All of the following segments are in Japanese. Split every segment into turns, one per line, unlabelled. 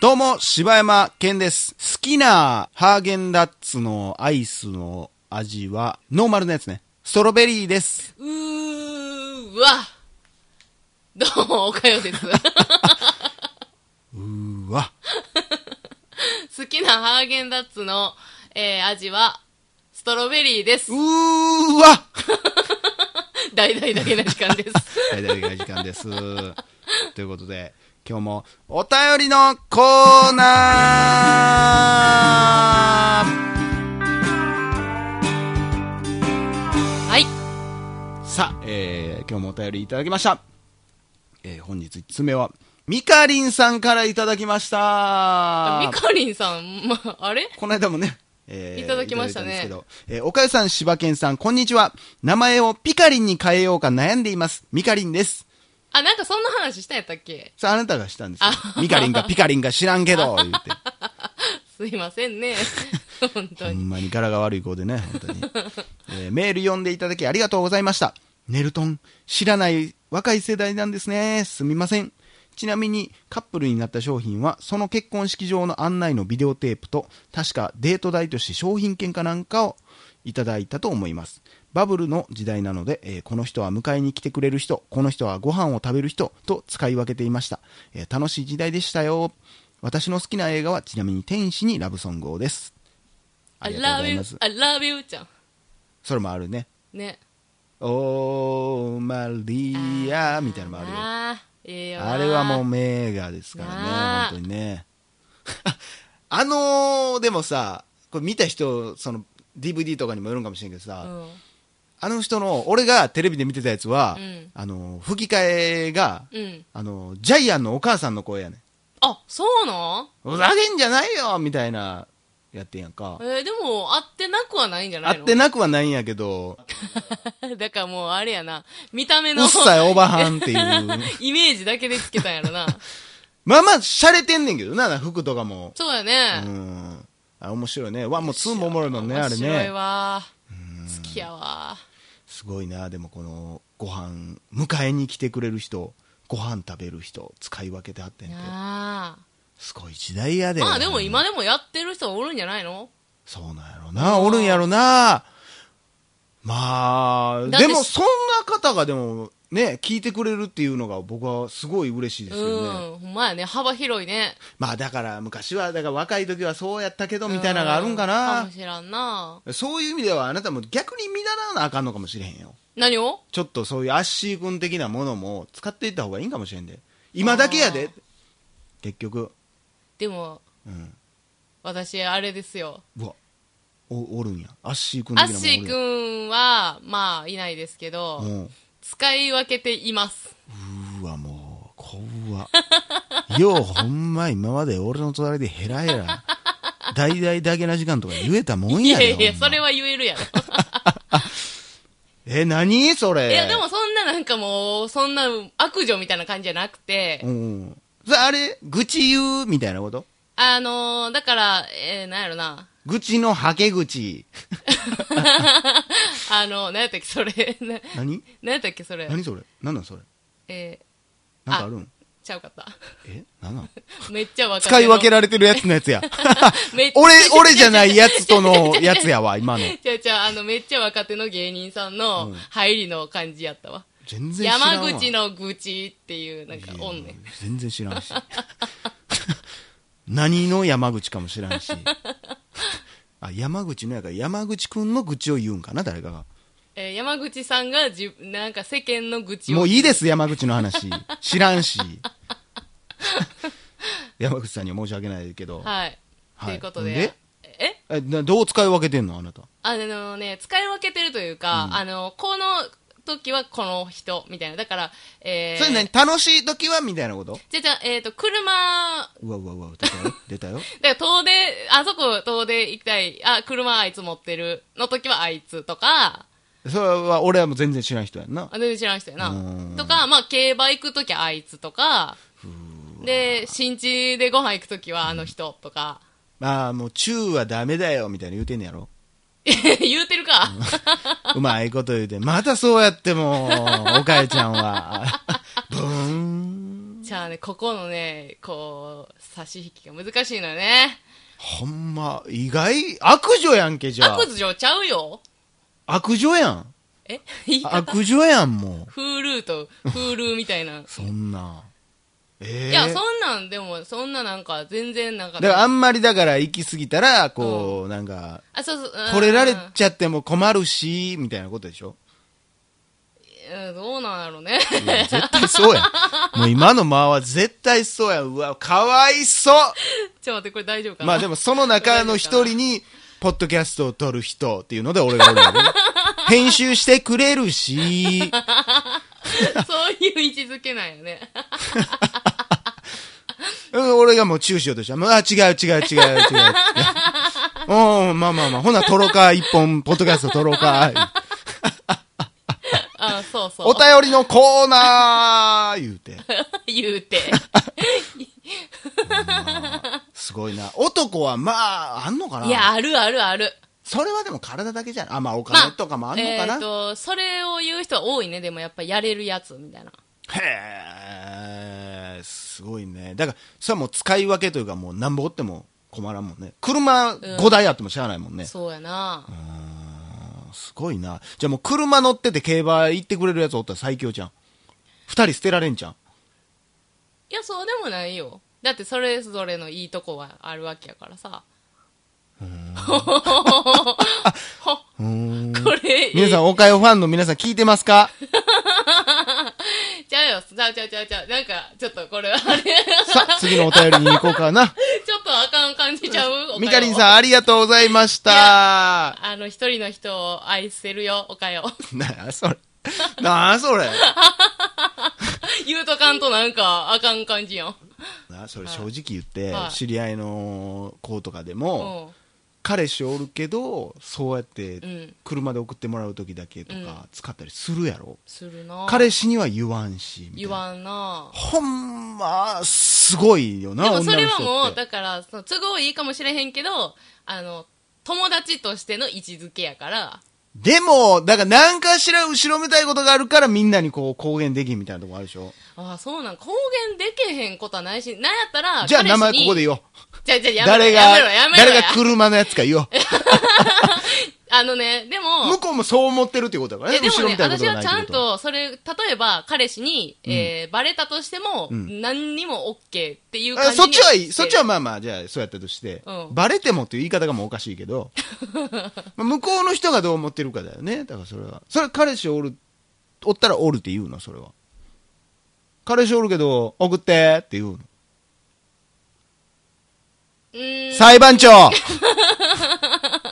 どうも、柴山健です。好きなハーゲンダッツのアイスの味は、ノーマルのやつね。ストロベリーです。
うーわどうも、おかよ です。
うーわ。
好きなハーゲンダッツの、えー味は、ストロベリーです
う。ーわ
大々だけな時間 です。
はい、大体時間です。ということで、今日もお便りのコーナー
はい。
さあ、えー、今日もお便りいただきました。えー、本日1つ目は、ミカリンさんからいただきました。
ミカリンさん、まあ、あれ
この間もね、え
いただきましたね
いだいんですけどえー、おかゆさん、しばけんさん、こんにちは。名前をピカリンに変えようか悩んでいます。ミカリンです。
あ、なんかそんな話したんやったっけ
さあ、あなたがしたんですよ。ミカリンかピカリンか知らんけど、言って。
すいませ んね。本当
ほ
に。
んまに柄が悪い子でね、本当に。 えーメール読んでいただきありがとうございました。ネルトン、知らない若い世代なんですね。すみません。ちなみに、カップルになった商品は、その結婚式場の案内のビデオテープと、確かデート代として商品券かなんかをいただいたと思います。バブルの時代なので、えーこの人は迎えに来てくれる人、この人はご飯を食べる人と使い分けていました。えー楽しい時代でしたよ。私の好きな映画は、ちなみに天使にラブソングをです。あ
I
りがとうござい
love you,
ます。
I love you ちゃん。
それもあるね。
ね。
おー、マリアみたいなのもあるよ。
あーええよな
あれはもう名画ですから
なあ
ね、本当にね。 あのー、でもさ、これ見た人、その、DVD とかにもよるんかもしれんけどさ、
うん。
あの人の、俺がテレビで見てたやつは、
うん
あのー、吹き替えが、
うん。
あのー、ジャイアンのお母さんの声やねん。
あ、そうなん
ふざけんじゃないよみたいな、やってんやんか。
えーでも、合ってなくはないんじゃ
あ
ないの
ってなくはないんやけ ど、
だからもう、あれやな。見た目
う
の
っ。さいおばはんっていう。
イメージだけでつけたんや ろな。
まあまあ、洒落てんねんけどな、服とかも。
そうや
う
ね。
ん。あ、面白いね。ワンもツーもおもろいもんね、あれ
面白い
ね。
わ。好きやわ。
すごいな、でもこの、ご飯、迎えに来てくれる人、ご飯食べる人、使い分けてはってんて。
なあ
すごい時代やで。
まあでも今でもやってる人おるんじゃないの
そうなんやろな、おるんやろな。まあ、
だって
でもそんな方がでも、ね、聞いてくれるっていうのが僕はすごい嬉しいですよね。
うん。ほんまやね。幅広いね。
まあだから昔は、だから若い時はそうやったけどみたいなのがあるんかな。
かもしらんな。
そういう意味ではあなたも逆に見習わなあかんのかもしれへんよ。
何を
ちょっとそういうアッシー君的なものも使っていった方がいいんかもしれんで。今だけやで。結局。
でも、
うん。
私、あれですよ。
うわ。お、おるんや。アッシー君
アッ
的なも
シー
の
くんは、まあ、いないですけど、
おるんや。
使い分けています。
うん。うわ、もう、怖わ。 よう、ほんま今まで俺の隣でヘラヘラ。大々だけな時間とか言えたもん
い
や
や
で。
いや、
ほんま
それは言えるやろ。
え、何それ。
いや、でもそんななんかもう、そんな悪女みたいな感じじゃなくて、
うん。それあれ愚痴言うみたいなこと
あのー、だから、えー、なんやろな。
愚痴のはけ口。
あのー、なんやったっけ、それ。 な
何
なんやったっけ、それ。
何それ何なんそれ
え
なんかあるん
ー、ちゃうかった。
え何なん
めっちゃ若手の
使い分けられてるやつのやつ や。
めっちゃ
俺、俺じゃないやつとのやつやわ、今の。
ちゃうちゃう、あの、めっちゃ若手の芸人さんの入りの感じやったわ。
全然知らん
山
わ。
口の愚痴っていう、なんか、おんねん。
全然知らんし。 何の山口かも知らんし。あ、山口のやから、山口くんの愚痴を言うんかな、誰かが。
えー、山口さんが、じ、なんか世間の愚痴を。
もういいです、山口の話。知ら んし。山口さんには申し訳ないけど。
はい。
はい
ということで。え
えなどう使い分けてんのあなた。
あのね、使い分けてるというか、あの、この時はこの人、みたいな。だから、えー、
それ何楽しい時はみたいなこと
じゃじゃ、えっ、と、車、
うわうわうわ、出たよ。出たよ。
だから遠出、あそこ遠出行きたい、あ、車あいつ持ってる、の時はあいつとか、
それは俺はもう全然知らん人やんな
あ。全然知らん人や
うん
な。とか、まあ、競馬行く時はあいつとか、で、新地でご飯行く時はあの人とか、
まあもうチューはダメだよみたいな言うてんねやろ。
言うてるか。
うまい こと言うて、またそうやってもう、おかえちゃんは。ブーン。
ね、ここのね、こう、差し引きが難しいのよね。
ほんま、意外、悪女やんけ、じゃあ。
悪女ちゃうよ。
悪女やん。
え 言い方。
悪女やん、も
フールーとフールーみたいな
う。。 そんな。ええ
いや、そんなん、でも、そんななんか、全然なんか、
だからあんまりだから行き過ぎたら、こう、なんか、
あ、そうそう。
惚れられ
う
ちゃっても困るし、みたいなことでしょ
んどうなんやろうね。
いや絶対そうやん。もう今の間は絶対そうやん。うわ、かわいそう
ちょっと待って、これ大丈夫かな
まあでもその中の一人に、ポッドキャストを撮る人っていうので俺がおるわけね編集してくれるし、
そういう位置づけなんよね。
うん俺がもうチューしようとしたら、もうあ、違う違う違う違う。うん、まあまあまあ、ほな、撮ろうか、一本、ポッドキャスト撮ろうか。
あ、そうそう。
お便りのコーナー言うて。
言うて。
すごいな。男はまあ、あんのかない
や、あるあるある。
それはでも体だけじゃん。あ、まあお金とかもあんのか
え
な、
っと、それを言う人は多いね。でもやっぱやれるやつみたいな。
へえ、すごいね。だから、それはもう使い分けというか、もうなんぼおっても困らんもんね。車5台あってもしゃあないもんね。
そうやな。
すごいな。じゃあもう車乗ってて競馬行ってくれるやつおったら最強じゃん。二人捨てられんじゃん。
いや、そうでもないよ。だってそれぞれのいいとこはあるわけやからさ。ほ
うーん。
これ、
皆さん、おかよファンの皆さん聞いてます か
ちゃうよ。ちゃうちゃうちゃうちゃう。なんか、ちょっとこれ、あれ、 ち
さあ、次のお便りに行こうかな。
ょっとあかん感じちゃう
みかりん
ん。
さん、ありがとうございました。
あの、一人の人を愛せるよ、おかよ。
なあ、それ。なあ、それ。
言うとかんとなんか、あかん感じよ。
なそれ正直言って、
はい
知り合いの子とかで
う
も、
ん。
彼氏おるけどそうやっ
う
て
ん。
車で送ってもらう時だけとか使ったりするやろ、
するな
彼氏には言わんしみたい
言
な
わんな
ほんますごいよな
でもそ
女
れ
の
は
人
も
っ
う、
て
だから、その都合いいかもしれへんけど、あの、友達としての位置づけやから、
でもだから何かしら後ろめたいことがあるからみんなにこう公言できんみたいなとこあるでしょ
ああ、そうなん、公言でけへんことはないし、なんやったら、
じゃあ
彼氏に
名前ここで。言おう
じゃあじゃあやめ
誰
ろ、
が
やめろ、やめろ
誰
や。
が車のやつか言おう
あのね、でも
向、こうもそう思ってるってことだからね
えで
後
も
ろめ
ね、
たいこ
私
とがな
はいちゃ
っ
ん
てこと
と、それ、例えば、彼氏に、えーバレたとしても、
うん
何にも OK っていう
あ
感じ
そっちはいい、
に
そっちはまあまあ、じゃあ、そうやったとして、
うん
バレてもっていう言い方がもうおかしいけ ど、まあ向こうの人がどう思ってるかだよね、だからそれは。それは彼氏おる、おったらおるって言うの、それは。彼氏おるけど、送ってって言うの。
うーん
裁判長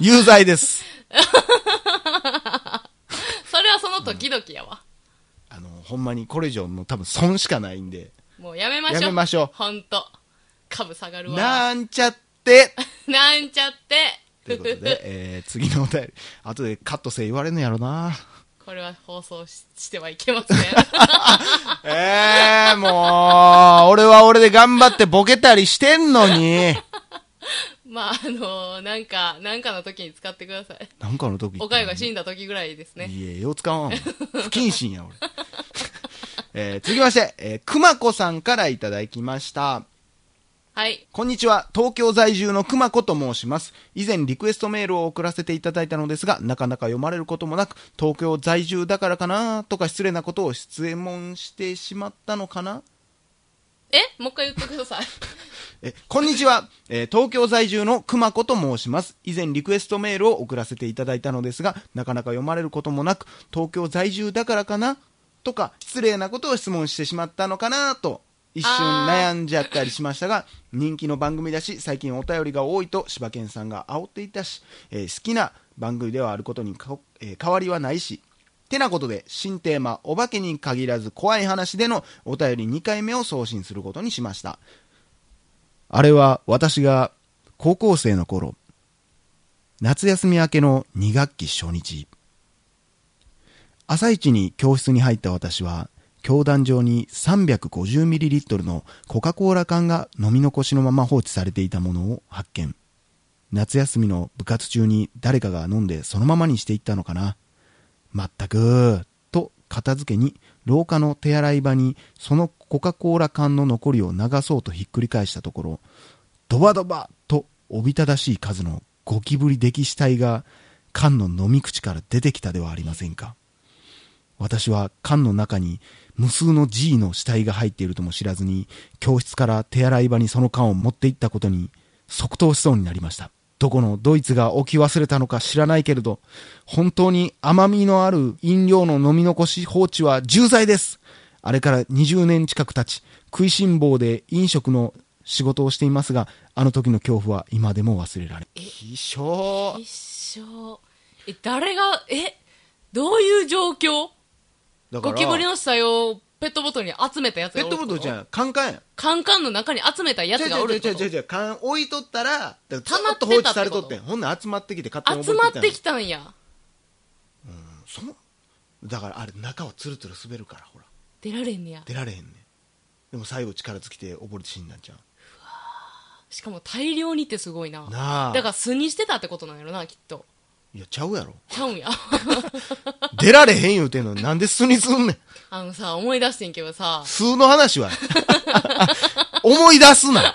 有罪です。
それはその時々やわ。
あの、ほんまにこれ以上もう多分損しかないんで、
もうやめましょう。
やめましょう
ほんと。株下がるわ。
なんちゃって
なんちゃって。
ということで、えー次のお便り。後でカットせえ言われんのやろな。
これは放送ししてはいけません。
ええもう、俺は俺で頑張ってボケたりしてんのに。
まあ、あのなんか、なんかの時に使ってください。
なんかの時
おかゆが
ん
死んだ時ぐらいですね。
いえ、よう使わんわ。不謹慎や、俺。えー続きまして、えー、くまこさんからいただきました。
はい。
こんにちは。東京在住のくまこと申します。以前リクエストメールを送らせていただいたのですが、なかなか読まれることもなく、東京在住だからかなとか失礼なことを質問してしまったのかな
えもう一回言ってください。
え、こんにちは。えー東京在住の熊子と申します。以前リクエストメールを送らせていただいたのですが、なかなか読まれることもなく、東京在住だからかなとか、失礼なことを質問してしまったのかなと、一瞬悩んじゃったりしましたが、人気の番組だし、最近お便りが多いと柴犬さんが煽っていたし、えー好きな番組ではあることにか、えー変わりはないし、てなことで、新テーマ、お化けに限らず怖い話でのお便り2回目を送信することにしました。あれは私が高校生の頃、夏休み明けの2学期初日。朝一に教室に入った私は、教団上に 350ml のコカ・コーラ缶が飲み残しのまま放置されていたものを発見。夏休みの部活中に誰かが飲んでそのままにしていったのかな。まったくと片付けに廊下の手洗い場にそのコカ・コーラ缶の残りを流そうとひっくり返したところ、ドバドバとおびただしい数のゴキブリ溺死体が缶の飲み口から出てきたではありませんか。私は缶の中に無数の G の死体が入っているとも知らずに、教室から手洗い場にその缶を持って行ったことに、即答しそうになりました。どこのドイツが置き忘れたのか知らないけれど、本当に甘みのある飲料の飲み残し放置は重罪です。あれから20年近く経ち、食いしん坊で飲食の仕事をしていますが、あの時の恐怖は今でも忘れられ。非常
一生え誰がえどういう状況
だ
ゴキブリの死体をペットボトルに集めたやつ
ペ
が
ッ
おる
トボト
ってこと
ルじゃん、カンカンやん。
カンカンの中に集めたやつ
違う
がおる
違う違
って
う
こ
違う違う、缶置いとったら、だからず
溜ま
っ
っ
と
てた
放置されとって
って
ん。
こ
ほんなら集まってきて勝手
と
に
集
覚
まっ
え
て
き
きたんや
たんやそのだからあれ中はツルツル滑るからほら
出られんねや
出られへんねんでも最後力尽きて溺れて死んだんちゃう
しかも大量にってすごいな
なあ
だから巣にしてたってことなんやろなきっと
いやちゃうやろ
ちゃうんや
出られへん言うてんのになんで巣にすんねん
あのさ思い出してんけどさ
巣の話は 思い出すな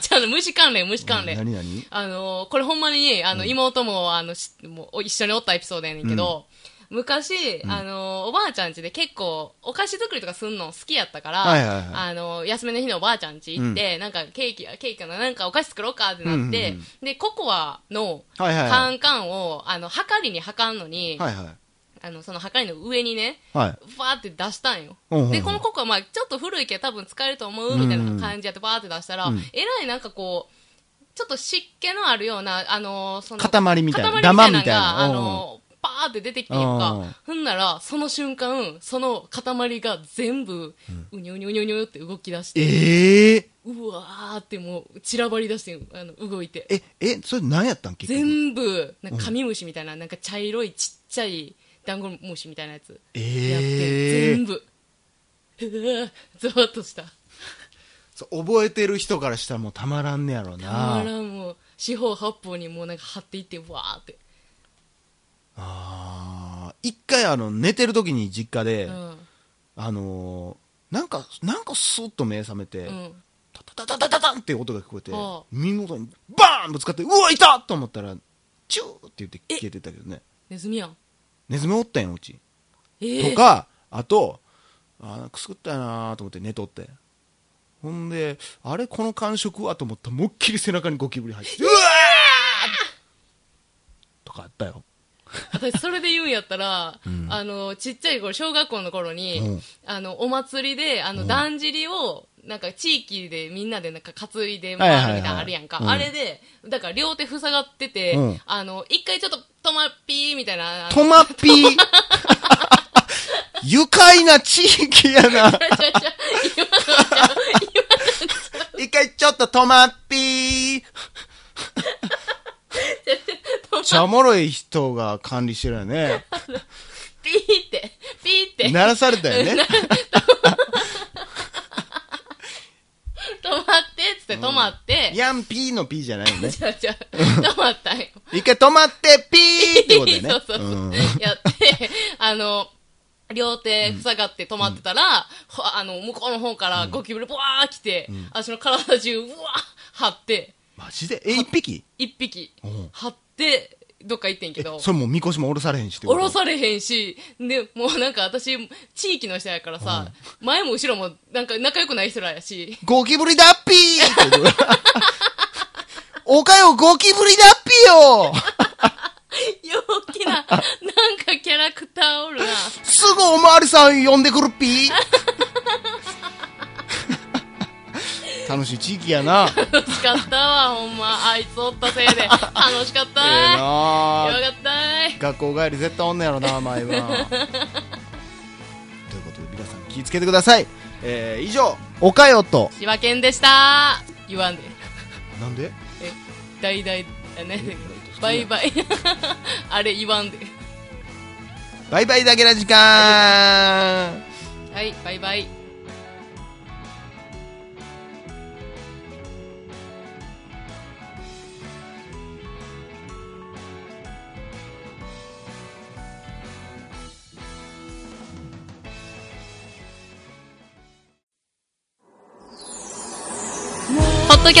ちゃうの虫関連虫関連、
何何
あのーこれほんまに、あの、妹も、あの、しもうお一緒におったエピソードやねんけど、昔、あのーおばあちゃん家で結構、お菓子作りとかすんの好きやったから、
はいはいはい
あのー休みの日のおばあちゃん家行って、なんかケーキ、ケーキかな、なんかお菓子作ろうかってなっ
う
て、
んうんうん
で、ココアの、
はいはい
カ
は
ンカンを、あの、はかりにはかんのに、
いはいはい
あの、そのはかりの上にね、
はい
バーって出したんよ。
うんうんうん
で、このココア、まあ、ちょっと古いけど多分使えると思うみたいな感じやってバーって出したら、
うん
えらいなんかこう、ちょっと湿気のあるような、あのーその、
塊みたいな
塊みたいなの
ダマみたい
が、
なう
あ
んうん
のーバーって出てきてん
うんうん
か、ふんなら、その瞬間、その塊が全部、うにょうにょうにょうにょって動き出して、
ええ
うわーってもう散らばり出してんあの動いて。
ええそれ何やったん結局
全部なんかカミムシみたいな、なんか茶色いちっちゃいダンゴムシみたいなやつやって、
ええ
全部うわ ゾワッとした
そう覚えてる人からしたらもうたまらんねやろ
たま
な
らんもう四方八方にもうなんか張っていってわーって、
あー一回あの寝てる時に実家で、
うん
あのーなんかなんかスーッと目覚めて、
うん、
タタタタタタンっていう音が聞こえて、
はあ
耳元にバーンぶつかって、うわ、いたと思ったら、チューって言って消えてったけどね。
ネズミやん
ネズミおったんや、うち。
え
と
ー、
か、あと、あーくすぐったよなーと思って寝とって。ほんで、あれ、この感触はと思ったら、もっきり背中にゴキブリ入って、うわーとかあったよ。
私それで言うんやったら、
ん
あのちっちゃい頃小学校の頃に、
うん
あのお祭りであのだんじりをなんか地域でみんなでなんか担いで
はいはい
回
はい
るみたい
う
なのあるやんか、
ん
あれでだから両手塞がってて、
うん
あの一回ちょっと止まっぴーみたいなあの
トマピー 愉快な地域やな。
ちゃちゃ今のはちゃう
一回ちょっとトマピー
今のはちゃう止まっ
ちゃおもろい人が管理してるよね。
ぴーってピーって
鳴らされたよね。
止まってっつって止まって、
ヤンピーのピーじゃないよね。
ちゃうちゃう止まったんよ
一回止まって、ピーってことだよね。
そうそうそう。
ん
やって、あの、両手塞がって止まってたら、ほあの、向こうの方からゴキブリブワー来て、私の体中、うわー張って、
マジでえ、一匹
一匹
うん、
張って、どっか行ってんけ
え
ど、
それもうみこしも下ろされへんしってこ
降
と
ろされへんし、で、もうなんか私、地域の人やからさ、前も後ろも、なんか仲良くない人らやし、
ゴキブリだっぴーってこと おかよ、ゴキブリだっぴーよ
陽気な、なんかキャラクターおるな。
すぐおまわりさん呼んでくるぴー楽しい地域やな。え
楽しかったわ、ほんま。あいつおったせいで、楽しかった
えな
ー。やばかったーい
学校帰り絶対おんねやろな毎晩ということで皆さん気ぃつけてください、えー以上岡よと
千葉県でした言わんで
なんで
え大々あね
え
バイバイ あれ言わんで
バイバイだけな時間
はいバイバイッドキ